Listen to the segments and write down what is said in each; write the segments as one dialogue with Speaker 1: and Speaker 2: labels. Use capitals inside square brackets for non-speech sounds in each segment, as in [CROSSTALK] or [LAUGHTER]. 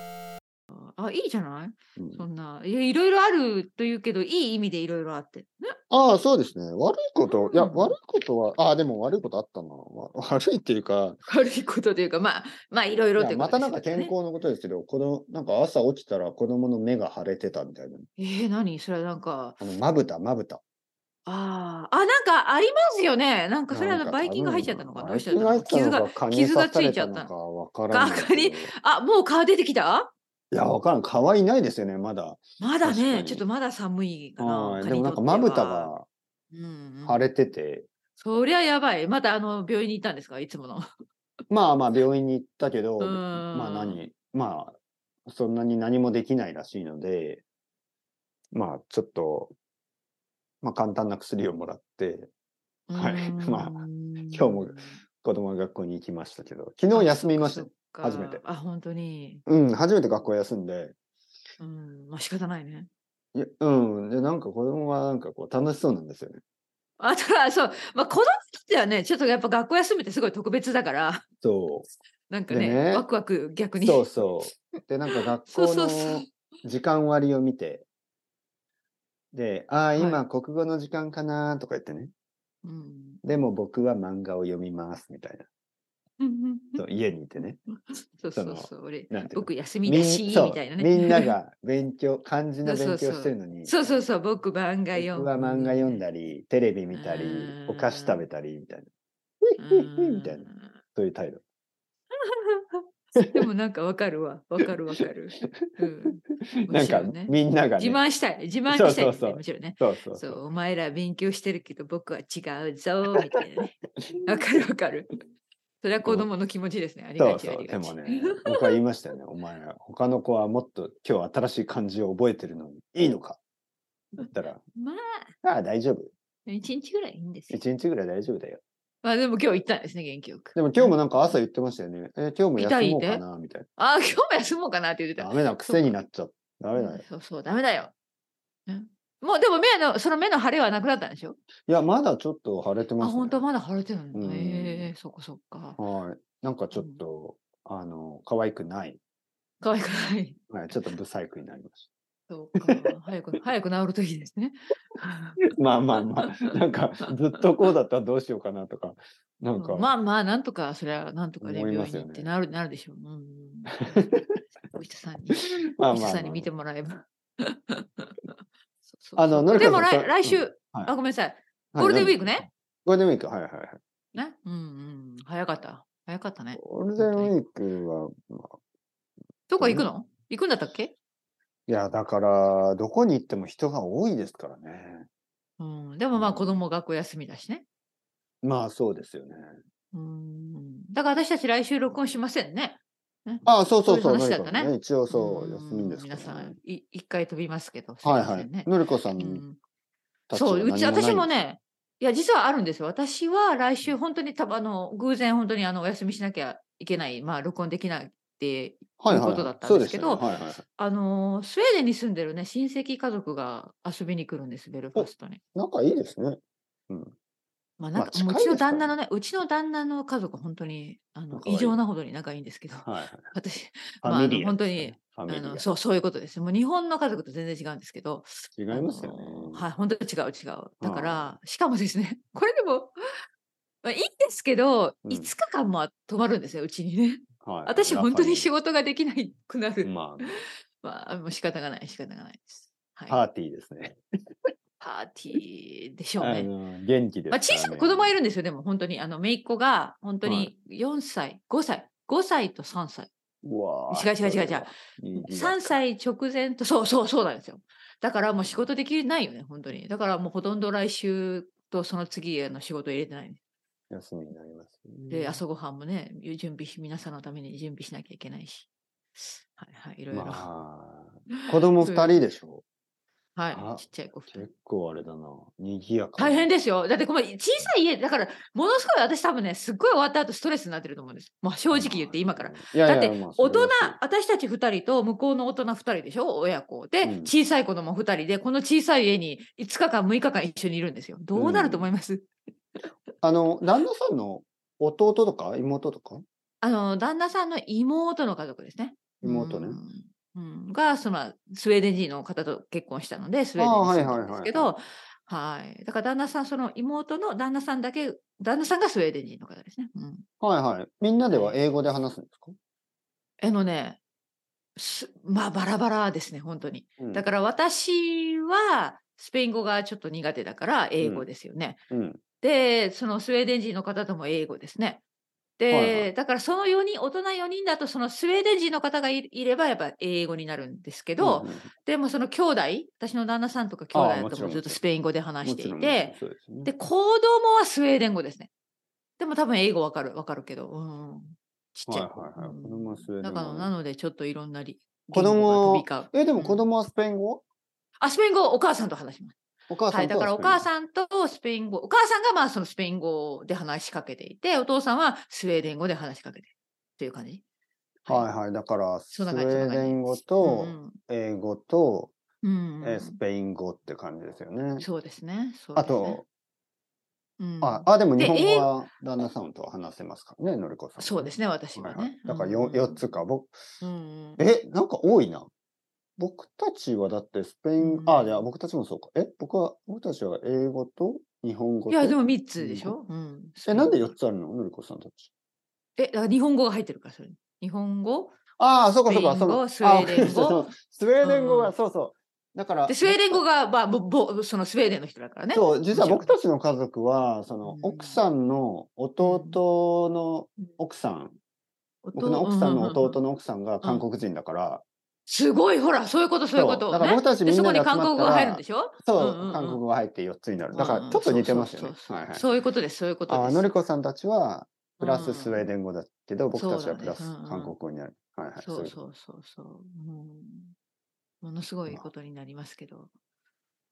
Speaker 1: か。あ、いいじゃない
Speaker 2: うん
Speaker 1: そんな。いやいろいろあるというけど、いい意味でいろいろあって。 [LAUGHS] ね
Speaker 2: ああ、そうですね。悪いこと、いや、
Speaker 1: うん
Speaker 2: 悪いことは、ああ、でも悪いことあったな。わ [LAUGHS] 悪いっていうか、
Speaker 1: 悪いことというか、まあ、まあ、いろいろ
Speaker 2: い
Speaker 1: とい
Speaker 2: や
Speaker 1: う
Speaker 2: ま
Speaker 1: こと
Speaker 2: た
Speaker 1: で
Speaker 2: な
Speaker 1: す
Speaker 2: んか
Speaker 1: けど
Speaker 2: 健
Speaker 1: ね。
Speaker 2: 康のことですけど、子供、なんか朝起きたら子供の目が腫れてたみたいな。
Speaker 1: えー、何それはなんか、
Speaker 2: あの、まぶた、まぶた。
Speaker 1: あーあ、なんかありますよね。なんかそれ
Speaker 2: なん
Speaker 1: は
Speaker 2: か
Speaker 1: バイキンが入っちゃったのか
Speaker 2: 多
Speaker 1: な
Speaker 2: 分
Speaker 1: どうしちゃったのかな
Speaker 2: バイキン
Speaker 1: 傷
Speaker 2: が入
Speaker 1: が
Speaker 2: っ。たのか
Speaker 1: 傷がついちゃったの
Speaker 2: 蚊に刺されのかわからんけど。
Speaker 1: 蚊にあ、もう顔出てきた
Speaker 2: いや、わからん。蚊はいないですよね、まだ。
Speaker 1: まだ
Speaker 2: 確か
Speaker 1: ね、
Speaker 2: に
Speaker 1: ちょっとまだ寒いか
Speaker 2: は
Speaker 1: な。
Speaker 2: い。
Speaker 1: 蚊
Speaker 2: で
Speaker 1: に
Speaker 2: も
Speaker 1: と
Speaker 2: な
Speaker 1: っ
Speaker 2: ん
Speaker 1: て
Speaker 2: か
Speaker 1: は
Speaker 2: まぶたが
Speaker 1: うんうん
Speaker 2: 腫れてて、
Speaker 1: そりゃやばい。またあの病院に行ったんですかいつもの。
Speaker 2: まあまあ病院に行ったけど、
Speaker 1: うん
Speaker 2: まあ何、まあ、そんなに何もできないらしいので、まあちょっと、まあ簡単な薬をもらって、はい [LAUGHS] ま
Speaker 1: 今
Speaker 2: あ今日も子供が学校に行きましたけど、昨日休みました。初めて
Speaker 1: あ、本当に。
Speaker 2: うん、初めて学校休んで、
Speaker 1: うん、まあ仕方ないね。
Speaker 2: いやうん、で、なんか子供はなんかこう楽しそうなんですよね。
Speaker 1: あとは、そう、まあ子供にとってはね、ちょっとやっぱ学校休みってすごい特別だから、 [LAUGHS]
Speaker 2: そ
Speaker 1: なんか
Speaker 2: で
Speaker 1: ね、
Speaker 2: ね
Speaker 1: ワクワク逆
Speaker 2: う。
Speaker 1: に。
Speaker 2: そうそう。で、なんか学
Speaker 1: そう
Speaker 2: 校
Speaker 1: そうそう
Speaker 2: の時間割を見て、で、ああ、
Speaker 1: い
Speaker 2: 今国語の時間かなとか言ってね。
Speaker 1: うん
Speaker 2: でも僕は漫画を読みますみたいな。そう家にいてね。
Speaker 1: そうそうそう
Speaker 2: そ
Speaker 1: 俺、
Speaker 2: なんていうの
Speaker 1: 僕休みだし、み
Speaker 2: そう
Speaker 1: たいなね。
Speaker 2: みんな。が勉強、漢字の
Speaker 1: そうそ
Speaker 2: 勉
Speaker 1: う
Speaker 2: 強
Speaker 1: そう
Speaker 2: してるの
Speaker 1: [LAUGHS]
Speaker 2: に。
Speaker 1: そうそうそう、僕漫画読ん
Speaker 2: 僕は漫画読んだり、テレビ見た
Speaker 1: う
Speaker 2: り、
Speaker 1: ん
Speaker 2: お菓子食べたりみたいな。
Speaker 1: うん
Speaker 2: みたいな。そういう態度。
Speaker 1: [LAUGHS] でもなんかわかるわ。わかるわかる。うん、
Speaker 2: な
Speaker 1: む
Speaker 2: ん
Speaker 1: し
Speaker 2: か
Speaker 1: ろね、
Speaker 2: みんながね。
Speaker 1: 自慢したい。自慢したいってね、
Speaker 2: そうそうそう
Speaker 1: むしろね。
Speaker 2: そうそう
Speaker 1: そ
Speaker 2: そう。
Speaker 1: う、お前ら勉強してるけど僕は違うぞ、みたいな
Speaker 2: [LAUGHS]
Speaker 1: ね。わかるわかる。それは子供の気持ちですね。あり
Speaker 2: そ
Speaker 1: が
Speaker 2: う
Speaker 1: ちあ
Speaker 2: そ
Speaker 1: り
Speaker 2: う。で
Speaker 1: が
Speaker 2: も
Speaker 1: ち。
Speaker 2: ね、僕は言いましたよね。お前ら、他の子はもっと今日新しい漢字を覚えてるのにいいのかだったら、
Speaker 1: [LAUGHS] まあ、
Speaker 2: ああ、大丈夫。
Speaker 1: 一日ぐらいいいんですよ。
Speaker 2: 一日ぐらい大丈夫だよ。
Speaker 1: まあでも今日行ったんですね、元気よく。
Speaker 2: でも今日もなんか朝言ってましたよね。え今日も休もうかなみたい
Speaker 1: あ、今日も休もうかなって言って
Speaker 2: な。
Speaker 1: た
Speaker 2: ダ。メだ、癖になっちゃう。ダメだよ。
Speaker 1: そうそう、ダメだよ。ねもうでも目の、その目の腫れはなくなったんでしょ
Speaker 2: いや、まだちょっと腫れて
Speaker 1: あ、
Speaker 2: ます、ね。
Speaker 1: 本当まだ腫れてるの
Speaker 2: うん
Speaker 1: ええそっかそっか。
Speaker 2: はい。なんかちょっと、あの、可愛くない。
Speaker 1: かわいくない。
Speaker 2: はい、ちょっとブサイクになりまし
Speaker 1: そうか。早く、早く治るといいですね。 [LAUGHS]
Speaker 2: た。まあまあまあ、なんかずっとこうだったらどうしようかなとか、なんか、
Speaker 1: まあまあ、なんとか、それはなんとかね、
Speaker 2: 思い
Speaker 1: 病
Speaker 2: ま
Speaker 1: 院
Speaker 2: す
Speaker 1: に
Speaker 2: よ
Speaker 1: 行
Speaker 2: ね
Speaker 1: ってなる、なるでしょう。うん
Speaker 2: [LAUGHS]
Speaker 1: お医者さんに、
Speaker 2: まあまあまあ
Speaker 1: お医者さんに見てもらえば。 [LAUGHS] そうそう
Speaker 2: あののり
Speaker 1: で
Speaker 2: か
Speaker 1: も
Speaker 2: さ
Speaker 1: 来
Speaker 2: んさ
Speaker 1: 来週、
Speaker 2: うんはい
Speaker 1: あ、ごめんなさい。ゴールデンウィー
Speaker 2: ク。
Speaker 1: クね。
Speaker 2: ゴールデンウィーク、はいはいはい。
Speaker 1: ね。うんうん。早かった。早かったね。
Speaker 2: ゴールデンウィークは、まあ、
Speaker 1: どこ行くの行くんだったっけ
Speaker 2: いや、だから、どこに行っても人が多いですからね。
Speaker 1: うん。でもま
Speaker 2: う
Speaker 1: あ、
Speaker 2: ん
Speaker 1: 子供学校休みだしね。
Speaker 2: まあ、そうですよね。
Speaker 1: うん。だから私たち来週録音しませんね。
Speaker 2: ああ、そうそう
Speaker 1: そ
Speaker 2: そ
Speaker 1: い
Speaker 2: う、
Speaker 1: うう話だ
Speaker 2: の
Speaker 1: った
Speaker 2: りかさん
Speaker 1: ね
Speaker 2: 一応そう、休み
Speaker 1: ん
Speaker 2: ですから、
Speaker 1: 皆さ
Speaker 2: ね
Speaker 1: ん。、い一回飛びますけど。す
Speaker 2: はい
Speaker 1: ま
Speaker 2: は
Speaker 1: せんね
Speaker 2: い。のりこさん
Speaker 1: うん
Speaker 2: たちは
Speaker 1: そう、うち、
Speaker 2: 何ない
Speaker 1: 私も。ね、いや、実はあるんですよ。私は来週、本当に、たぶん、あの、偶然、本当に、あの、お休みしなきゃいけない、まあ、録音できないって、
Speaker 2: はい
Speaker 1: という
Speaker 2: は
Speaker 1: こ
Speaker 2: い
Speaker 1: と
Speaker 2: は
Speaker 1: だ
Speaker 2: い
Speaker 1: っ。た
Speaker 2: そ
Speaker 1: ん
Speaker 2: う
Speaker 1: で
Speaker 2: ですす
Speaker 1: け
Speaker 2: よ
Speaker 1: ど
Speaker 2: ね。はいはい。
Speaker 1: あのー、スウェーデンに住んでるね、親戚家族が遊びに来るんです、ベルファストに。
Speaker 2: 仲いいですね。うん。
Speaker 1: まあ、なん
Speaker 2: まあ
Speaker 1: か、
Speaker 2: 近い
Speaker 1: もううちの
Speaker 2: ですから
Speaker 1: 旦
Speaker 2: ね
Speaker 1: 那のね、うちの旦那の家族、本当に、あの、
Speaker 2: 仲がいい
Speaker 1: 異常なほどに仲いいんですけど、
Speaker 2: はいはい。
Speaker 1: 私、
Speaker 2: フ
Speaker 1: [LAUGHS] まあ
Speaker 2: ァミリア
Speaker 1: あの
Speaker 2: ですね。
Speaker 1: あ
Speaker 2: ファミリ
Speaker 1: の、
Speaker 2: ア。
Speaker 1: そう、そういうことです。もう日本の家族と全然違うんですけど、
Speaker 2: 違い
Speaker 1: あ
Speaker 2: ますよ
Speaker 1: の
Speaker 2: ね。
Speaker 1: はい、本当に違う違う。だか
Speaker 2: は
Speaker 1: ら、しかもですね、 [LAUGHS] これでも、まあ、いいんですけど、
Speaker 2: うん
Speaker 1: 5日間も泊まるんですよ、うちにね。
Speaker 2: はい
Speaker 1: 私、本当に仕
Speaker 2: 事。
Speaker 1: 事ができなくなる。 [LAUGHS]
Speaker 2: ま
Speaker 1: まあ、もう仕方がない、仕方がないです。は
Speaker 2: あ、
Speaker 1: い、
Speaker 2: パーティーですね。
Speaker 1: パーティーでしょう
Speaker 2: あ
Speaker 1: ね。
Speaker 2: の元気です。
Speaker 1: まあ、小さな子供はい
Speaker 2: る。
Speaker 1: るんですよ、でも本当に。あの、姪っ子が、本当
Speaker 2: は
Speaker 1: に4歳、5歳、5歳と3歳。
Speaker 2: うわあ
Speaker 1: 違う違う違う違う。3。
Speaker 2: それはい
Speaker 1: 歳
Speaker 2: い
Speaker 1: 直前と、そうそうそうなんですよ。だからもう仕事できないよね、本当に。だからもうほとんど来週とその次への仕事入れてない。
Speaker 2: 休みになりますね。
Speaker 1: で、朝ごはんもね、準備し、皆さんのために準備しなきゃいけないし。はいはい、いろいろ。
Speaker 2: ま
Speaker 1: [LAUGHS]
Speaker 2: あ、子供二人でしょ。あ
Speaker 1: はい、ちっちゃい子二人
Speaker 2: 結構あれだな。賑やか。
Speaker 1: 大変
Speaker 2: で。
Speaker 1: ですよ。だってこの小さい家、だから、ものすごい私多分ね、すっごい終わった後ストレスになってると思うんです。まあ正直言って今から。。
Speaker 2: いやいや
Speaker 1: だって
Speaker 2: まあ
Speaker 1: 大
Speaker 2: それ
Speaker 1: 人
Speaker 2: はそう、
Speaker 1: 私たち2人と向こうの大人2人でしょ、親子。で、
Speaker 2: うん
Speaker 1: 小さい子供2人で、この小さい家に5日間、6日間一緒にいるんですよ。どうなると思います、
Speaker 2: あの、旦那さんの弟とか妹とか
Speaker 1: あの、旦那さんの妹の家族ですね。
Speaker 2: 妹ね
Speaker 1: うん。うん、がそのスウェーデン人の方と結婚したのでスウェーデンに住んだんですけ
Speaker 2: あーは
Speaker 1: どはいだから旦那さんその妹の旦那さんだけ旦那さんがスウェーデン人の方ですね。うん、
Speaker 2: はいはい。みんなでは英語で話すんですか、
Speaker 1: あのねすまあバラバラですね本当に。
Speaker 2: うん
Speaker 1: だから私はスペイン語がちょっと苦手だから英語ですよね。
Speaker 2: うん。
Speaker 1: でそのスウェーデン人の方とも英語ですね。で、
Speaker 2: はいはい
Speaker 1: だからその4人大人4人だとそのスウェーデン人の方がいいればやっぱ英語になるんですけど、
Speaker 2: うんうん
Speaker 1: でもその兄弟私の旦那さんとか
Speaker 2: ああ
Speaker 1: 兄
Speaker 2: も
Speaker 1: 弟
Speaker 2: ち
Speaker 1: と
Speaker 2: ろ
Speaker 1: かも
Speaker 2: ん
Speaker 1: ずっとスペイン語で話していて、
Speaker 2: もちろんもちろんそうですね
Speaker 1: で行動もはスウェーデン語ですねでも多分英語わかるわかるけど、うん、ちっちゃい,うん、
Speaker 2: はいはいはい子供はスウェーデ
Speaker 1: だ
Speaker 2: ン語
Speaker 1: からなのでちょっといろんなり
Speaker 2: 子供
Speaker 1: 言語が飛び交う
Speaker 2: え、でも
Speaker 1: うん
Speaker 2: 子供はスペイン語、
Speaker 1: あスペイン語お母さんと話します
Speaker 2: お母さんと
Speaker 1: はいだからお母
Speaker 2: ん。
Speaker 1: さんとスペイン語お母さんがまあそのスペイン語で話しかけていてお父さんはスウェーデン語で話しかけてるっていう感じ
Speaker 2: はいはい。だから、ス
Speaker 1: そ
Speaker 2: ウ
Speaker 1: ん
Speaker 2: ェ
Speaker 1: な感じ
Speaker 2: ーデン語
Speaker 1: う
Speaker 2: と
Speaker 1: ん
Speaker 2: 英語と、
Speaker 1: うんうん
Speaker 2: えースペイン語って感じですよね。
Speaker 1: そうですねそうですね
Speaker 2: あと、
Speaker 1: うん
Speaker 2: あ、あ、でも日
Speaker 1: で
Speaker 2: 本
Speaker 1: 英
Speaker 2: 語
Speaker 1: 語
Speaker 2: は旦那さんとは話せますからね、のりこさん。
Speaker 1: そうですね、私は
Speaker 2: は
Speaker 1: ね。
Speaker 2: いはい。だから
Speaker 1: うんう
Speaker 2: 4,
Speaker 1: ん
Speaker 2: 四つか。僕、
Speaker 1: うんうん
Speaker 2: え、なんか多いな。僕たちはだってスペイン、
Speaker 1: うん
Speaker 2: あ、いや、僕たちもそうか。え、僕は、僕たちは英語と日本語
Speaker 1: い
Speaker 2: と。
Speaker 1: や、でも3つでしょ。うん、
Speaker 2: え、なんで
Speaker 1: よ
Speaker 2: 4つあるののりこさんたち。
Speaker 1: え、だから日本語が入ってるから、それに。日本語。
Speaker 2: ああ、そうかそうか。
Speaker 1: スペイン
Speaker 2: その
Speaker 1: 語スウェーデン語
Speaker 2: あそうスウェーデン語
Speaker 1: うんう
Speaker 2: が、
Speaker 1: ん
Speaker 2: そうそう。だから、
Speaker 1: で、スウェーデン語が、まあ、ぼぼそのスウェーデンの人だからね。
Speaker 2: そう、実は
Speaker 1: も
Speaker 2: 僕
Speaker 1: ちろ
Speaker 2: たちの家族は、その
Speaker 1: うん
Speaker 2: 奥さんの弟の奥さん、
Speaker 1: ん
Speaker 2: 僕の奥さんの弟
Speaker 1: うんうんうん
Speaker 2: の奥さんが韓国人だから、
Speaker 1: すごい、ほら、そういうこと、そういうこと。
Speaker 2: そうだから僕たち
Speaker 1: ね
Speaker 2: みんなで
Speaker 1: でそこに韓国語が入るんでしょ、
Speaker 2: そ
Speaker 1: う
Speaker 2: う、
Speaker 1: んうんうん
Speaker 2: 韓国語が入って4つになる。だ
Speaker 1: うん
Speaker 2: か
Speaker 1: う
Speaker 2: ら
Speaker 1: ん
Speaker 2: ちょっと似てますよね
Speaker 1: そう。そうそう
Speaker 2: はいはい。
Speaker 1: そういうことです、そういうこと
Speaker 2: あ
Speaker 1: で
Speaker 2: あ、
Speaker 1: す。
Speaker 2: のりこさんたちは、プラススウェー
Speaker 1: ン。
Speaker 2: デン語だけど、僕たち
Speaker 1: そうだ
Speaker 2: は
Speaker 1: ね
Speaker 2: プラス
Speaker 1: うんうん
Speaker 2: 韓国語になる。はいはい。
Speaker 1: そう
Speaker 2: う。
Speaker 1: そうそうそう。うんものすごいことになりますけど。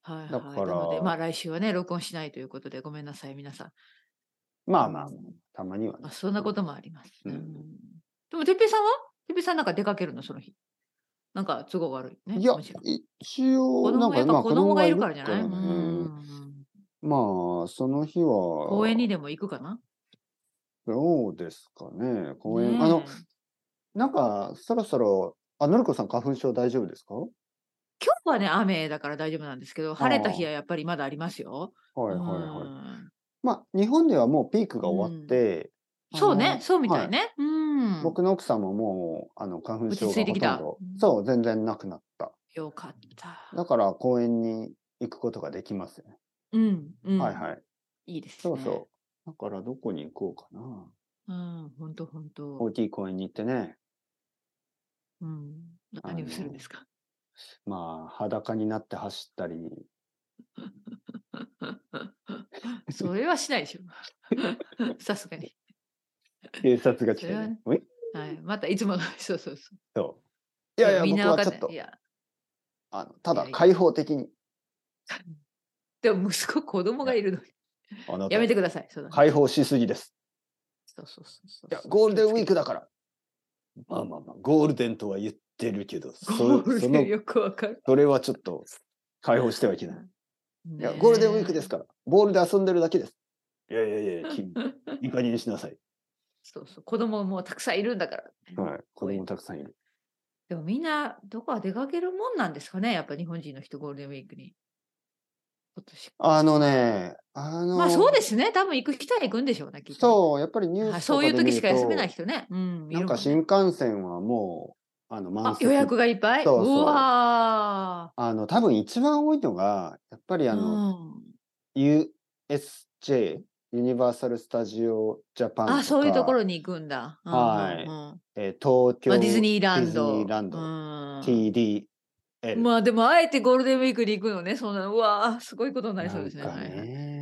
Speaker 1: はい
Speaker 2: だ
Speaker 1: は
Speaker 2: か
Speaker 1: い。
Speaker 2: ら
Speaker 1: なので、まあ来週はね、録音しないということで、ごめんなさい、皆さん。
Speaker 2: まあまあ、たまにはね
Speaker 1: まあ、そんなこともあります。
Speaker 2: う
Speaker 1: うんんでも、てっぺいさんはてっぺいさんなんか出かけるの、その日。なんか都合悪いね。
Speaker 2: いや
Speaker 1: むしろ、
Speaker 2: 一応、
Speaker 1: 子
Speaker 2: な
Speaker 1: 供
Speaker 2: んか、
Speaker 1: やっ
Speaker 2: ま
Speaker 1: ぱ
Speaker 2: あ
Speaker 1: 子供がいるからじゃない、
Speaker 2: 子供がいるからね
Speaker 1: うん
Speaker 2: まあ、その日は、
Speaker 1: 公園にでも行くかな
Speaker 2: どうですかね、公園。
Speaker 1: ねえ
Speaker 2: あの、なんか、そろそろ、あ、のりこさん、花粉症大丈夫ですか
Speaker 1: 今日はね、雨だから大丈夫なんですけど、晴れた日はやっぱりまだありますよ。
Speaker 2: はいはいは
Speaker 1: う
Speaker 2: い。
Speaker 1: ん
Speaker 2: まあ、日本ではもうピークが終わって、あの
Speaker 1: そうね、そうみたい
Speaker 2: は
Speaker 1: ね。うん。
Speaker 2: 僕の奥さんももう、あの、花粉症が
Speaker 1: 落ち着いて
Speaker 2: ほ
Speaker 1: きた
Speaker 2: と
Speaker 1: うん
Speaker 2: んど、そう、全然なくなった。
Speaker 1: よかった。
Speaker 2: だから、公園に行くことができますよね。
Speaker 1: うん、うん。
Speaker 2: はいはい。
Speaker 1: い。いいですね。
Speaker 2: そうそう。だから、どこに行こうかな。
Speaker 1: うん、ほんとほんと
Speaker 2: 大。きい公園に行ってね、
Speaker 1: うん。何をするんですか
Speaker 2: まあ、裸になって走ったり、
Speaker 1: それはしないでしょ。 [LAUGHS] さすがに。
Speaker 2: 警察が来て
Speaker 1: それは
Speaker 2: ね
Speaker 1: ね。
Speaker 2: うい
Speaker 1: はい。まいつもの、 [LAUGHS] そうそうそ
Speaker 2: そう。
Speaker 1: う。
Speaker 2: いやい
Speaker 1: みん
Speaker 2: や、
Speaker 1: な
Speaker 2: 僕
Speaker 1: わ
Speaker 2: は
Speaker 1: か
Speaker 2: ち
Speaker 1: んな
Speaker 2: ょ
Speaker 1: い
Speaker 2: っと
Speaker 1: い、や、 [LAUGHS]
Speaker 2: あの、た
Speaker 1: い
Speaker 2: だ
Speaker 1: やいや
Speaker 2: 開放的に、
Speaker 1: でも息子、子供がいるのに。
Speaker 2: あなた
Speaker 1: やめてください。そうだね。
Speaker 2: 解放しすぎです。
Speaker 1: そうそうそうそう。
Speaker 2: いや、ゴールデンウィーク
Speaker 1: だ。
Speaker 2: だから。まあまあまあ、ゴールデンとは言ってるけど、
Speaker 1: ゴ
Speaker 2: そ
Speaker 1: ール
Speaker 2: そ
Speaker 1: デ
Speaker 2: の
Speaker 1: ンよくわかる。
Speaker 2: それはちょっと解放してはいけない。いや、ゴールデンウィークです
Speaker 1: か
Speaker 2: から、ボールで遊んでるだけです。いやいやいや、君、いい加減にしなさい。
Speaker 1: そうそう。子供もたくさんいるんだから。
Speaker 2: はい、子供たくさんいる。
Speaker 1: でもみんな、どこか出かけるもんなんですかね。やっぱ日本人の人、ゴールデンウィークに。今年
Speaker 2: あのね、あの、
Speaker 1: まあそうですね。多分行く人は行くんでしょうね、きっとね。
Speaker 2: そう、やっぱりニュー
Speaker 1: はい
Speaker 2: ス
Speaker 1: そ
Speaker 2: とか
Speaker 1: う
Speaker 2: で
Speaker 1: い
Speaker 2: 見
Speaker 1: う
Speaker 2: ると、
Speaker 1: 時しか休めない人ね。うん。い
Speaker 2: なん
Speaker 1: る
Speaker 2: か
Speaker 1: も
Speaker 2: 新
Speaker 1: ね
Speaker 2: 幹線はもう、あの、満
Speaker 1: あ
Speaker 2: 席。
Speaker 1: 予約がいっぱい。
Speaker 2: そうそう
Speaker 1: うわ
Speaker 2: あの、多分一番多いのが、やっぱり
Speaker 1: ー
Speaker 2: あの、
Speaker 1: うん
Speaker 2: USJ、ユニバーサル・スタジオ・ジャパンとか、
Speaker 1: あ、そういうところに行くんだ。うんうんうん
Speaker 2: はい
Speaker 1: ま
Speaker 2: えー東京、
Speaker 1: あ、ディズニーランド。
Speaker 2: ディズニーランド
Speaker 1: うん
Speaker 2: TDL。
Speaker 1: まあでも、あえてゴールデンウィークに行くのね。そんな、うわーすごいことになりそうですね。
Speaker 2: なんか
Speaker 1: はいはい
Speaker 2: ね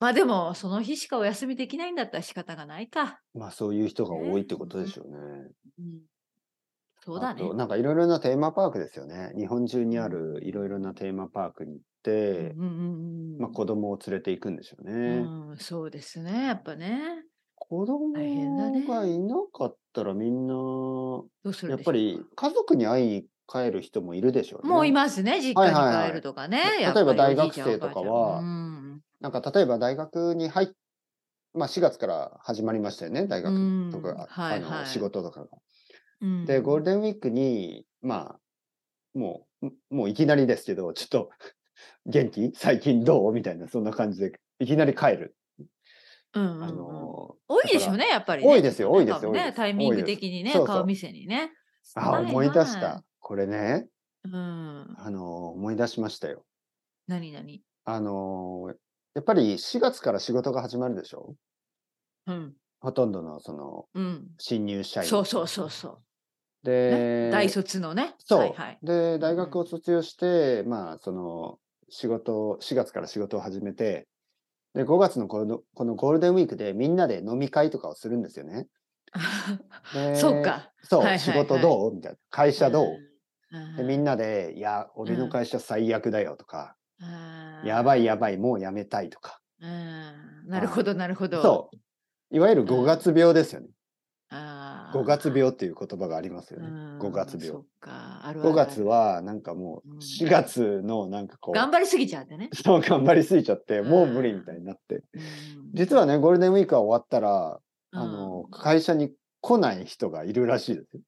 Speaker 1: まあでも、その日しかお休みできないんだったら仕方がないか。
Speaker 2: まあそういう人が多いってことでしょうね。
Speaker 1: うんそうだ
Speaker 2: あ
Speaker 1: ね
Speaker 2: と。なんかいろいろなテーマパークですよね。日本中にあるいろいろなテーマパークに行って、
Speaker 1: うんうんうん
Speaker 2: まあ子供を連れて行くんでしょうね。
Speaker 1: うん、そうですね、やっぱね。
Speaker 2: 子
Speaker 1: 大変だね
Speaker 2: 供がいなかったらみんな、
Speaker 1: どうする
Speaker 2: や
Speaker 1: ん
Speaker 2: っ
Speaker 1: でしょ
Speaker 2: ぱ
Speaker 1: うか
Speaker 2: り家族に会いに帰る人もいるでしょうね。
Speaker 1: もういますね、実
Speaker 2: はいはい
Speaker 1: 家
Speaker 2: は
Speaker 1: に
Speaker 2: い
Speaker 1: 帰るとかね。
Speaker 2: 例えば
Speaker 1: やっぱり
Speaker 2: 大学
Speaker 1: おじいちゃん
Speaker 2: 生とかは
Speaker 1: おばあちゃんうん
Speaker 2: なんか例えば大学に入っ、まあ4月から始まりましたよね、大学と
Speaker 1: うん
Speaker 2: か、
Speaker 1: はい
Speaker 2: あの
Speaker 1: はい
Speaker 2: 仕事とかが。
Speaker 1: うん
Speaker 2: で、ゴールデンウィークにまあ、もう、もういきなりですけど、ちょっと、元気最近どうみたいな、そんな感じで、いきなり帰る。
Speaker 1: うんうんうん
Speaker 2: あの
Speaker 1: 多いでしょうね、やっぱり、ね。
Speaker 2: 多いですよ多いです
Speaker 1: 多分
Speaker 2: よ多いで
Speaker 1: ね、
Speaker 2: す
Speaker 1: タイミング的にね、
Speaker 2: そうそう
Speaker 1: 顔見せにね。
Speaker 2: ーあ、
Speaker 1: はい
Speaker 2: 思い出し
Speaker 1: は
Speaker 2: た。これね、
Speaker 1: いうん。
Speaker 2: あのー思い出しましたよ。
Speaker 1: 何何
Speaker 2: あのーやっぱり4月から仕事が始まるでしょ
Speaker 1: うん。
Speaker 2: ほとんどのその
Speaker 1: うん。
Speaker 2: 新入社員。
Speaker 1: そうそうそうそ
Speaker 2: で、
Speaker 1: う。大卒のね。
Speaker 2: そう、
Speaker 1: はいはい。
Speaker 2: で、大学を卒業して、まあ、その、仕事を、4月から仕事を始めて、で、5月のこのこのゴールデンウィークでみんなで飲み会とかをするんですよね。
Speaker 1: [LAUGHS]
Speaker 2: で
Speaker 1: そう。か。
Speaker 2: そう、
Speaker 1: はいはいはい
Speaker 2: 仕事どうみたいな。会社どう、でみん
Speaker 1: な、
Speaker 2: なで、いや、俺の会社最悪だよとか、
Speaker 1: あー
Speaker 2: やばいやばい、もうやめたいとか。
Speaker 1: うんなるほど、なるほど。
Speaker 2: そう。いわゆる
Speaker 1: ん
Speaker 2: 5月病ですよね。
Speaker 1: う。
Speaker 2: 5
Speaker 1: 5
Speaker 2: 月病っていう言葉がありますよね。
Speaker 1: 5
Speaker 2: 5月病
Speaker 1: そうか。あるある
Speaker 2: 5月はなんかも
Speaker 1: う
Speaker 2: うん4月のなんかこう、
Speaker 1: 頑張りすぎちゃって
Speaker 2: [LAUGHS]
Speaker 1: ね。
Speaker 2: そう頑張りすぎちゃって、もう無理みたいになって。実はね、ゴールデンウィークは終わったら、
Speaker 1: うん、
Speaker 2: あの、会社に来ない人がいるらしいですよ。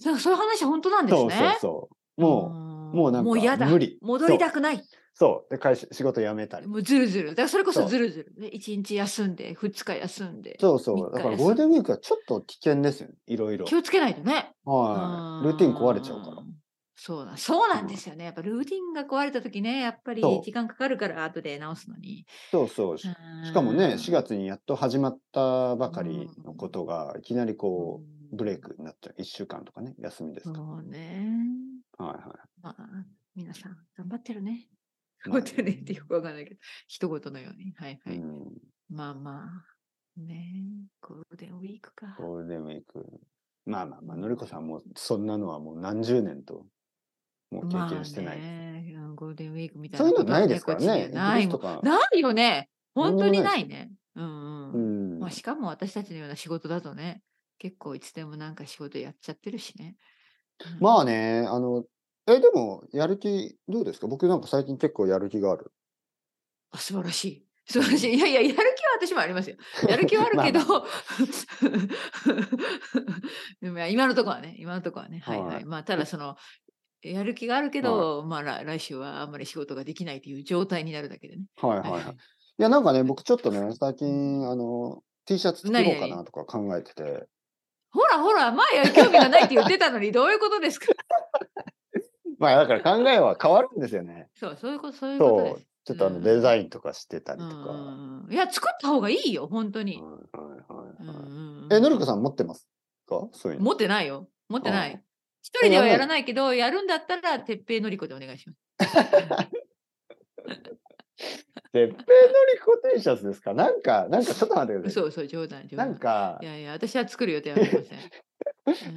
Speaker 1: そうそういう話本当なんです
Speaker 2: そうそう
Speaker 1: ね。
Speaker 2: そう。もう、
Speaker 1: ん
Speaker 2: もうなんか
Speaker 1: もう嫌だ。
Speaker 2: 無理。
Speaker 1: 戻りたくない。
Speaker 2: そう。そう。で、会社、仕事辞めたり。
Speaker 1: もうずるずる。だからそれこ
Speaker 2: そ
Speaker 1: そうずるずる。ね、1日休んで、2日休んで。
Speaker 2: そうそう。
Speaker 1: 三日
Speaker 2: だからゴールデンウィークはちょっと危険ですよね。いろいろ
Speaker 1: 気。をつけないとね。
Speaker 2: はい。ルーティン壊れちゃうから
Speaker 1: ん。。そうだそうなんですよね。やっぱルーティンが壊れた時ね、やっぱり
Speaker 2: そう
Speaker 1: 時間かかるから後で直すのに。
Speaker 2: そうそう。し
Speaker 1: し
Speaker 2: しかもね、4月にやっと始まったばかりのことが、いきなりこう、ブレイクになっちゃう。1週間とかね、休みですか
Speaker 1: そうね。
Speaker 2: ら。はいはい。
Speaker 1: まあ、皆さん頑張ってるね。[LAUGHS]
Speaker 2: まあ
Speaker 1: 頑張ってるねってよくわかんないけど、一言のように。はいはい。
Speaker 2: うん
Speaker 1: まあまあ、ねえゴールデンウィークか。
Speaker 2: ゴールデンウィーク。まあまあまあ、のりこさんもそんなのはもう何十年と、もう経験してない。
Speaker 1: まあねうんゴールデンウィークみたいな
Speaker 2: そういう
Speaker 1: こ
Speaker 2: の
Speaker 1: と
Speaker 2: ないですから
Speaker 1: あち
Speaker 2: ね。
Speaker 1: こちにはない
Speaker 2: イギリス
Speaker 1: も
Speaker 2: と
Speaker 1: ん。
Speaker 2: か。
Speaker 1: ないよね。
Speaker 2: 何
Speaker 1: 本
Speaker 2: にも
Speaker 1: 当に
Speaker 2: な
Speaker 1: ないいね。うん
Speaker 2: う
Speaker 1: うん。
Speaker 2: ん。
Speaker 1: まあ、しかも私たちのような仕事だとね、結構いつでもなんか仕事やっちゃってるしね。うん
Speaker 2: まあね、あの、え、でも、やる気、どうですか僕なんか最近結構やる気がある。
Speaker 1: あ素晴らしい。素晴らしい。いやいや、やる気は私もありますよ。やる気はあるけ
Speaker 2: まあまあ
Speaker 1: ど、 [LAUGHS] でも今のところはね、今のところはね、はいはい。
Speaker 2: はい
Speaker 1: まあ、ただその、やる気があるけど、まあ来、来週はあんまり仕事ができないという状態になるだけでね。 [LAUGHS]
Speaker 2: はいはいはい。いや、なんかね、僕ちょっとね、最近、あの、T シャツ作ろうか
Speaker 1: 何
Speaker 2: な
Speaker 1: 々
Speaker 2: とか考えてて。
Speaker 1: ほらほら、前は興味がないって言ってたのに、どういうことですか [LAUGHS]
Speaker 2: まあ、だから考えは変わるんですよね。
Speaker 1: そう、そういうこと、そういうことで
Speaker 2: そう
Speaker 1: す。。
Speaker 2: ちょっとあの、
Speaker 1: うん
Speaker 2: デザインとかしてたり
Speaker 1: う
Speaker 2: と
Speaker 1: ん
Speaker 2: か。
Speaker 1: う
Speaker 2: は
Speaker 1: んうんいや、作った方がいいよ、本当
Speaker 2: い
Speaker 1: に。
Speaker 2: はい
Speaker 1: うん
Speaker 2: は
Speaker 1: う
Speaker 2: い
Speaker 1: んうん
Speaker 2: え、のりこさん持ってますかそういうの。
Speaker 1: 持ってないよ。持ってな
Speaker 2: う
Speaker 1: い
Speaker 2: ん。
Speaker 1: 一人では
Speaker 2: えやらない
Speaker 1: やらないけど、やるんだったら、てっぺいのりこでお願いします。
Speaker 2: てっぺいのりこ T シャツですかなんか、なんかちょっと待ってくださ
Speaker 1: 嘘嘘、
Speaker 2: い。
Speaker 1: 冗談、冗
Speaker 2: な
Speaker 1: 談。
Speaker 2: んか
Speaker 1: い、やいや、私は作る予定はありません。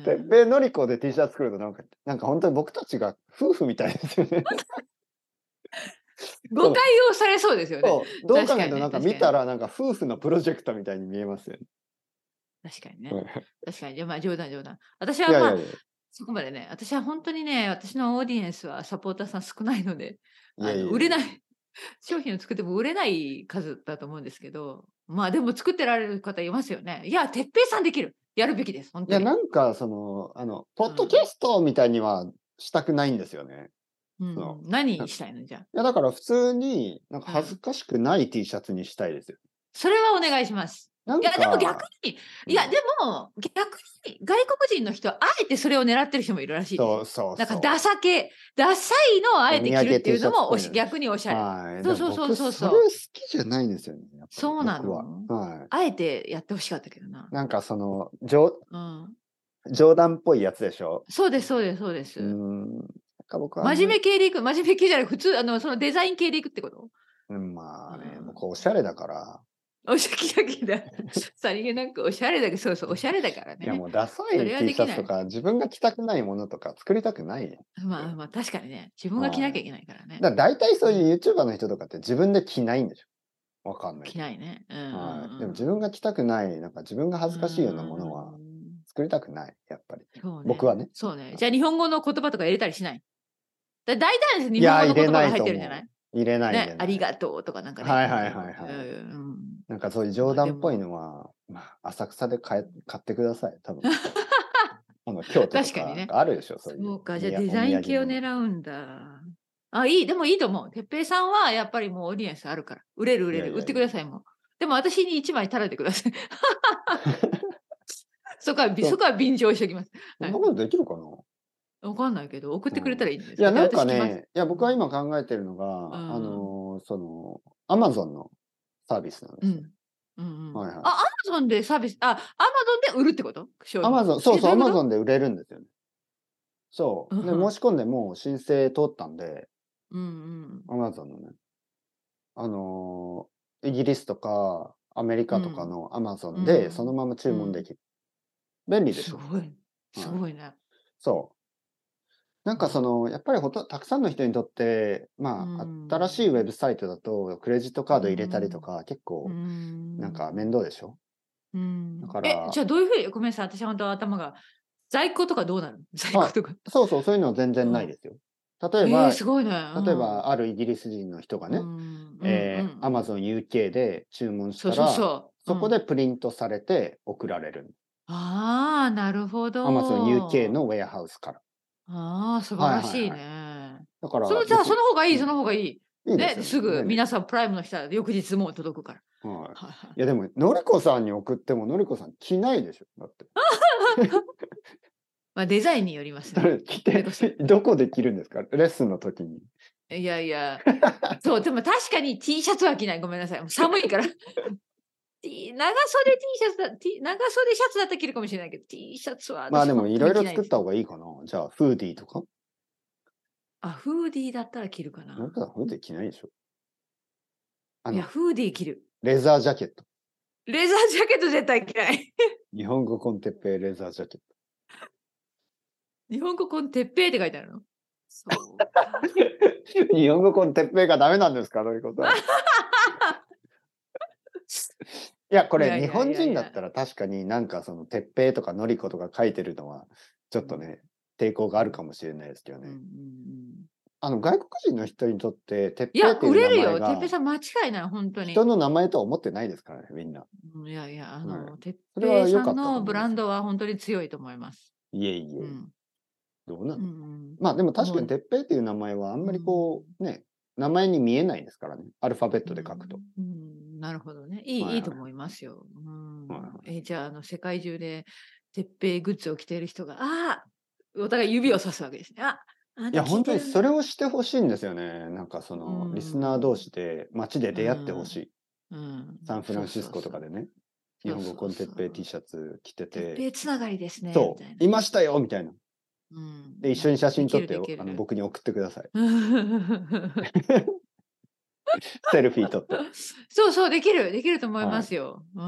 Speaker 2: てっ
Speaker 1: うん
Speaker 2: ぺいのり [LAUGHS] こで T シャツ作るとなんか、なんか本当に僕たちが夫婦みたいですよね。
Speaker 1: 誤解をされそうですよね。
Speaker 2: そうどう考
Speaker 1: 確かに
Speaker 2: えても
Speaker 1: ね
Speaker 2: なんか
Speaker 1: 確かに
Speaker 2: 見たらなんか夫婦のプロジェクトみたいに見えますよね。
Speaker 1: 確かにね
Speaker 2: うん。
Speaker 1: 確かに。じゃあまあ冗談、冗談。私はい
Speaker 2: やい
Speaker 1: ま
Speaker 2: や
Speaker 1: あ
Speaker 2: いや、
Speaker 1: そこまでね、私は本当にね、私のオーディエンスはサポーターさん少ないので、
Speaker 2: いやい
Speaker 1: あ
Speaker 2: や
Speaker 1: の売れない、 [LAUGHS] 商品を作っても売れない数だと思うんですけど、まあでも作ってられる方いますよね。いや、てっぺいさんできる。やるべきです。本
Speaker 2: い
Speaker 1: 当
Speaker 2: や、
Speaker 1: に。
Speaker 2: なんかその、あの、ポッドキャストみたいにはしたくないんですよね。
Speaker 1: うん
Speaker 2: そ
Speaker 1: 何したいのじゃあ。
Speaker 2: いや、だから普通になんか恥ずかしくない T シャツにしたいですよ。
Speaker 1: それはお願いします。
Speaker 2: なん
Speaker 1: い
Speaker 2: か
Speaker 1: や、でも逆に、いや、
Speaker 2: うん
Speaker 1: でも逆に外国人の人、あえてそれを狙ってる人もいるらしいです。
Speaker 2: そうそうそう。
Speaker 1: なんかダサ系、ダサいのをあえて着るっていうのも
Speaker 2: お
Speaker 1: お
Speaker 2: 土産 T シャツっぽ
Speaker 1: し逆
Speaker 2: いの
Speaker 1: におしゃれ。
Speaker 2: はい。
Speaker 1: そうそうそうそう
Speaker 2: でも僕それ好きじゃないんですよね。やっぱり
Speaker 1: そうなの
Speaker 2: 僕はは
Speaker 1: あえてやってほしかったけどな。
Speaker 2: い。なんかその、冗
Speaker 1: うん、
Speaker 2: 冗談っぽいやつでしょ。
Speaker 1: そうです、そうです、そうです。
Speaker 2: うーん。なんか僕はあんまり
Speaker 1: 真面目系でいく、真面目系じゃない、普通、あの、そのデザイン系でいくってこと
Speaker 2: うん、まあね、
Speaker 1: うん
Speaker 2: 僕おしゃれだから。
Speaker 1: おしゃれだけだ。さりげなくおしゃれだけど、そうそう、おしゃれだから
Speaker 2: いや
Speaker 1: ね。
Speaker 2: もうダサい
Speaker 1: それはで
Speaker 2: T
Speaker 1: きな
Speaker 2: シ
Speaker 1: い
Speaker 2: ャツとか、自分が着たくないものとか作りたくない。
Speaker 1: まあまあ、確かにね、自分が着なきゃいけないからね。
Speaker 2: だから大体そういう YouTuber の人とかって自分で着ないんでしょ。わかんない
Speaker 1: 着
Speaker 2: けど。
Speaker 1: ないね。うんうんうん
Speaker 2: はい。でも自分が着たくない、なんか自分が恥ずかしいようなものは
Speaker 1: うん
Speaker 2: 作りたくない、やっぱり。
Speaker 1: そうね
Speaker 2: 僕はね。
Speaker 1: そうね
Speaker 2: い。
Speaker 1: じゃあ日本語の言葉とか入れたりしない。だ大体ですね
Speaker 2: い
Speaker 1: 日
Speaker 2: や
Speaker 1: 本語の言葉が
Speaker 2: 入れ
Speaker 1: 入って
Speaker 2: ないと思う
Speaker 1: るんじゃない
Speaker 2: 入れないん
Speaker 1: ね、あり
Speaker 2: と
Speaker 1: がとうとかなんかね。
Speaker 2: はいはいはいはい
Speaker 1: うん
Speaker 2: なんか
Speaker 1: [LAUGHS]
Speaker 2: そういう冗談っぽいのは、まあ、浅草で買え買ってください、多分あのの京都と
Speaker 1: 確かにね
Speaker 2: かあるでしょ、そういう。
Speaker 1: そうか、じゃあ
Speaker 2: お土
Speaker 1: デザイン系を
Speaker 2: お土産
Speaker 1: 狙うんだ。あ、いい、でもいいと思う。てっぺいさんはやっぱりもうオーディエンスあるから。売れる売れ
Speaker 2: いやい
Speaker 1: る、
Speaker 2: やいや
Speaker 1: 売ってくださいもう。でも私に1枚垂れてくださ
Speaker 2: [LAUGHS]
Speaker 1: い。そこは、び
Speaker 2: そう
Speaker 1: そこは便乗しておきます。は
Speaker 2: 物
Speaker 1: い
Speaker 2: そんなことできるかな
Speaker 1: わかんないけど、送ってくれたらいいんです
Speaker 2: いや、
Speaker 1: か、
Speaker 2: なんか
Speaker 1: じゃあ私来ます
Speaker 2: ね、いや、僕は今考えてるのが、
Speaker 1: ん
Speaker 2: あのー、その、アマゾンのサービスなんです
Speaker 1: う
Speaker 2: よ。
Speaker 1: ん。うんうん
Speaker 2: はいはい
Speaker 1: あ、アマゾンでサービス、あ、アマゾンで売るってこと商品
Speaker 2: アマゾン、そうそう、アマ
Speaker 1: ン。
Speaker 2: ゾンで売れるんですよね。そう。で、
Speaker 1: うんうん
Speaker 2: 申し込んでもう申請通ったんで、
Speaker 1: うん
Speaker 2: アマゾンのね、あのーイギリスとかアメリカとかのアマゾン
Speaker 1: う
Speaker 2: で
Speaker 1: ん
Speaker 2: そのまま注文できる。便
Speaker 1: う
Speaker 2: 利
Speaker 1: ん。
Speaker 2: です
Speaker 1: す
Speaker 2: よ。
Speaker 1: ごい。すごいね。
Speaker 2: そう。なんかその、やっぱりほとたくさんの人にとって、まあ、
Speaker 1: うん
Speaker 2: 新しいウェブサイトだと、クレジットカード入れたりとか、結構、
Speaker 1: うん
Speaker 2: なんか面倒でしょ
Speaker 1: うん
Speaker 2: だから
Speaker 1: え、じゃあどういうふうに、ごめんなさい、私本当頭が。在庫とかどうなる在庫とか。
Speaker 2: そうそう、そういうのは全然ないですよ。
Speaker 1: え
Speaker 2: 例えば、
Speaker 1: ー、すごいね。うん
Speaker 2: 例え、ば、あるイギリス人の人がね、
Speaker 1: うん
Speaker 2: え
Speaker 1: う
Speaker 2: ー
Speaker 1: んうん
Speaker 2: AmazonUK で注文した
Speaker 1: そう
Speaker 2: ら、
Speaker 1: そうそう。
Speaker 2: そこ
Speaker 1: う
Speaker 2: で
Speaker 1: ん。
Speaker 2: プリントされて送られる。
Speaker 1: ああ、なるほど。
Speaker 2: AmazonUK。のウェアハウスから。
Speaker 1: ああ、素晴らしい
Speaker 2: はい
Speaker 1: ね。
Speaker 2: だから、
Speaker 1: そのじゃあ、
Speaker 2: 別
Speaker 1: そ
Speaker 2: に
Speaker 1: の方がいうい、
Speaker 2: ん
Speaker 1: その方がいい。
Speaker 2: いいですよ
Speaker 1: ね、すぐ皆さんプライムの人は翌日もう届くから。
Speaker 2: はい
Speaker 1: はい [LAUGHS] はい
Speaker 2: いやでも、のりこさんに送っても、のりこさん着ないでしょ。だって。 [LAUGHS]
Speaker 1: まあデザインによります、ね。
Speaker 2: 誰着て、どこで着るんですかレッスンの時に。
Speaker 1: いやい
Speaker 2: [LAUGHS]
Speaker 1: や。そう、でも確かに T シャツは着ない。ごめんなさい。もう寒いから。T- 長袖 T シャツだ、T、長袖シャツだったら着るかもしれないけど、T シャツは私
Speaker 2: まあでも、
Speaker 1: 本当
Speaker 2: い
Speaker 1: に
Speaker 2: ろい
Speaker 1: 着
Speaker 2: ろ
Speaker 1: な
Speaker 2: 作
Speaker 1: で
Speaker 2: っ
Speaker 1: す
Speaker 2: た方がいいかな。じゃあ、フーディーとか。
Speaker 1: あ、フーディーだったら着るか
Speaker 2: の
Speaker 1: な
Speaker 2: り。こさん、フーディー着ないでしょ。あ
Speaker 1: い
Speaker 2: の
Speaker 1: や、、フーディー着る。
Speaker 2: レザージャケット。
Speaker 1: レザージャケット絶対着ない。 [LAUGHS]
Speaker 2: 日本語コンテッペイレザージャケッ
Speaker 1: 日本語この鉄平って書いてあるの。そうか
Speaker 2: ト。 [LAUGHS] 日本語コンテッペイがダメなんですか、のりこ
Speaker 1: [LAUGHS]
Speaker 2: さん。いや、こ
Speaker 1: いや
Speaker 2: れ、
Speaker 1: いやいやい
Speaker 2: 日
Speaker 1: や
Speaker 2: 本人だったら確かになんかその、てっぺいとかのりことか書いてるのは、ちょっとね、抵抗があるかもしれないですけど
Speaker 1: うん
Speaker 2: ね。
Speaker 1: うんうん
Speaker 2: あの外国人の人にとって、てっ
Speaker 1: い
Speaker 2: ぺい
Speaker 1: や、
Speaker 2: ってい
Speaker 1: 売れる
Speaker 2: う
Speaker 1: よ。
Speaker 2: 名
Speaker 1: 鉄
Speaker 2: 前
Speaker 1: 平
Speaker 2: が
Speaker 1: さん間違いない、本当に
Speaker 2: 人。の名前とは思ってないですからね、みんな。
Speaker 1: うんいやいや、あ
Speaker 2: はい
Speaker 1: の、鉄
Speaker 2: それは
Speaker 1: 平
Speaker 2: 良か
Speaker 1: さ
Speaker 2: った
Speaker 1: ん
Speaker 2: と思いま
Speaker 1: の
Speaker 2: す
Speaker 1: ブランドは本当に強いと思います。
Speaker 2: いえいえ、
Speaker 1: うん。
Speaker 2: どうな
Speaker 1: うんん
Speaker 2: だ、
Speaker 1: うん
Speaker 2: まあでも確かに
Speaker 1: も
Speaker 2: てっぺいっていう名前はあんまりこう、ね、名前に見えないですからね、アルファベットで書くと。
Speaker 1: うんうんなるほどね。いい,、
Speaker 2: は
Speaker 1: い、
Speaker 2: いはい
Speaker 1: いと思いますよ。うん
Speaker 2: はいは
Speaker 1: えじゃああの、世界中で鉄平グッズを着ている人が、ああお互い指をさすわけですね。ああ
Speaker 2: いや、本当にそれ
Speaker 1: を、
Speaker 2: をしてほしいんですよね。なんかそ
Speaker 1: う
Speaker 2: の、
Speaker 1: ん
Speaker 2: リスナー同士で街で出会ってほしい、
Speaker 1: うん
Speaker 2: サンフランシスコとかでね、日
Speaker 1: そうそうそう
Speaker 2: 本語コンテッペイ T
Speaker 1: そう
Speaker 2: シャツ着て
Speaker 1: そうそう鉄
Speaker 2: て、
Speaker 1: 平つながりですね。
Speaker 2: そ、
Speaker 1: みたいう
Speaker 2: いましたよみたいな。
Speaker 1: なうん
Speaker 2: で、一緒に写真撮って
Speaker 1: できるできる
Speaker 2: あの僕に送ってください。セルフィー撮って。
Speaker 1: [LAUGHS] そうそう、できる、できると思いますよ。
Speaker 2: そ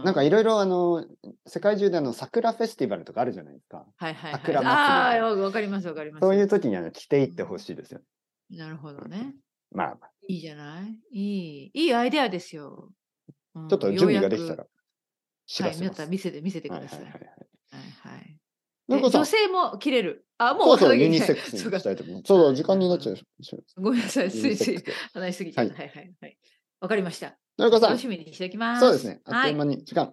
Speaker 2: う、なん
Speaker 1: か、
Speaker 2: かいろいろあの、世界中であの、桜フェスティバルとかあるじゃないですか。
Speaker 1: はいはい、はい。
Speaker 2: 桜祭り
Speaker 1: ああ、よわかります、わかります。
Speaker 2: そういう時にあの着ていってほしいですよね。
Speaker 1: なるほどね。
Speaker 2: まあまあ、
Speaker 1: いいじゃないいい、いいアイデアですよ。うん
Speaker 2: ちょっと準備ができ
Speaker 1: よ
Speaker 2: た。
Speaker 1: うや
Speaker 2: ら
Speaker 1: く
Speaker 2: 知
Speaker 1: は
Speaker 2: ら
Speaker 1: い、
Speaker 2: せ
Speaker 1: 皆
Speaker 2: ます。
Speaker 1: さん見せて、見せてく
Speaker 2: はいは
Speaker 1: だ
Speaker 2: い
Speaker 1: さい。
Speaker 2: は
Speaker 1: はいい
Speaker 2: はい。
Speaker 1: はい。
Speaker 2: のりこ
Speaker 1: で
Speaker 2: さん
Speaker 1: 女性も切れる。あ、もう
Speaker 2: そうそう、
Speaker 1: 若
Speaker 2: ユ
Speaker 1: い
Speaker 2: ニ
Speaker 1: 時
Speaker 2: セ
Speaker 1: 代
Speaker 2: ックス
Speaker 1: そう
Speaker 2: に
Speaker 1: か
Speaker 2: したいと思う。そうそう、時間になっちゃうでしょ。
Speaker 1: ごめんな [LAUGHS] さい、
Speaker 2: ユ
Speaker 1: つ
Speaker 2: ニ
Speaker 1: い
Speaker 2: セ
Speaker 1: つ
Speaker 2: ック
Speaker 1: い
Speaker 2: スで
Speaker 1: 話しすぎちゃった。はいはいはい。わかりました。
Speaker 2: のりこさ
Speaker 1: 楽
Speaker 2: ん
Speaker 1: し、みにしておきます。
Speaker 2: そうですね。あっ
Speaker 1: は
Speaker 2: とい
Speaker 1: いう
Speaker 2: 間。に時間。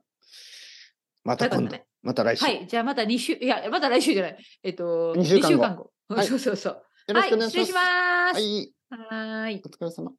Speaker 2: また
Speaker 1: だ
Speaker 2: 今
Speaker 1: か
Speaker 2: 度
Speaker 1: らね、
Speaker 2: また来週。
Speaker 1: は
Speaker 2: よ
Speaker 1: い、じゃあまた2週、いや、また来週じゃない。えっと、
Speaker 2: 二週間後
Speaker 1: 二間後。 [LAUGHS]
Speaker 2: はい
Speaker 1: そうそうそう。
Speaker 2: ろしくお願い
Speaker 1: 失礼
Speaker 2: し
Speaker 1: し
Speaker 2: ます。
Speaker 1: ま
Speaker 2: は
Speaker 1: す。
Speaker 2: い、
Speaker 1: はーい。
Speaker 2: お疲れ様。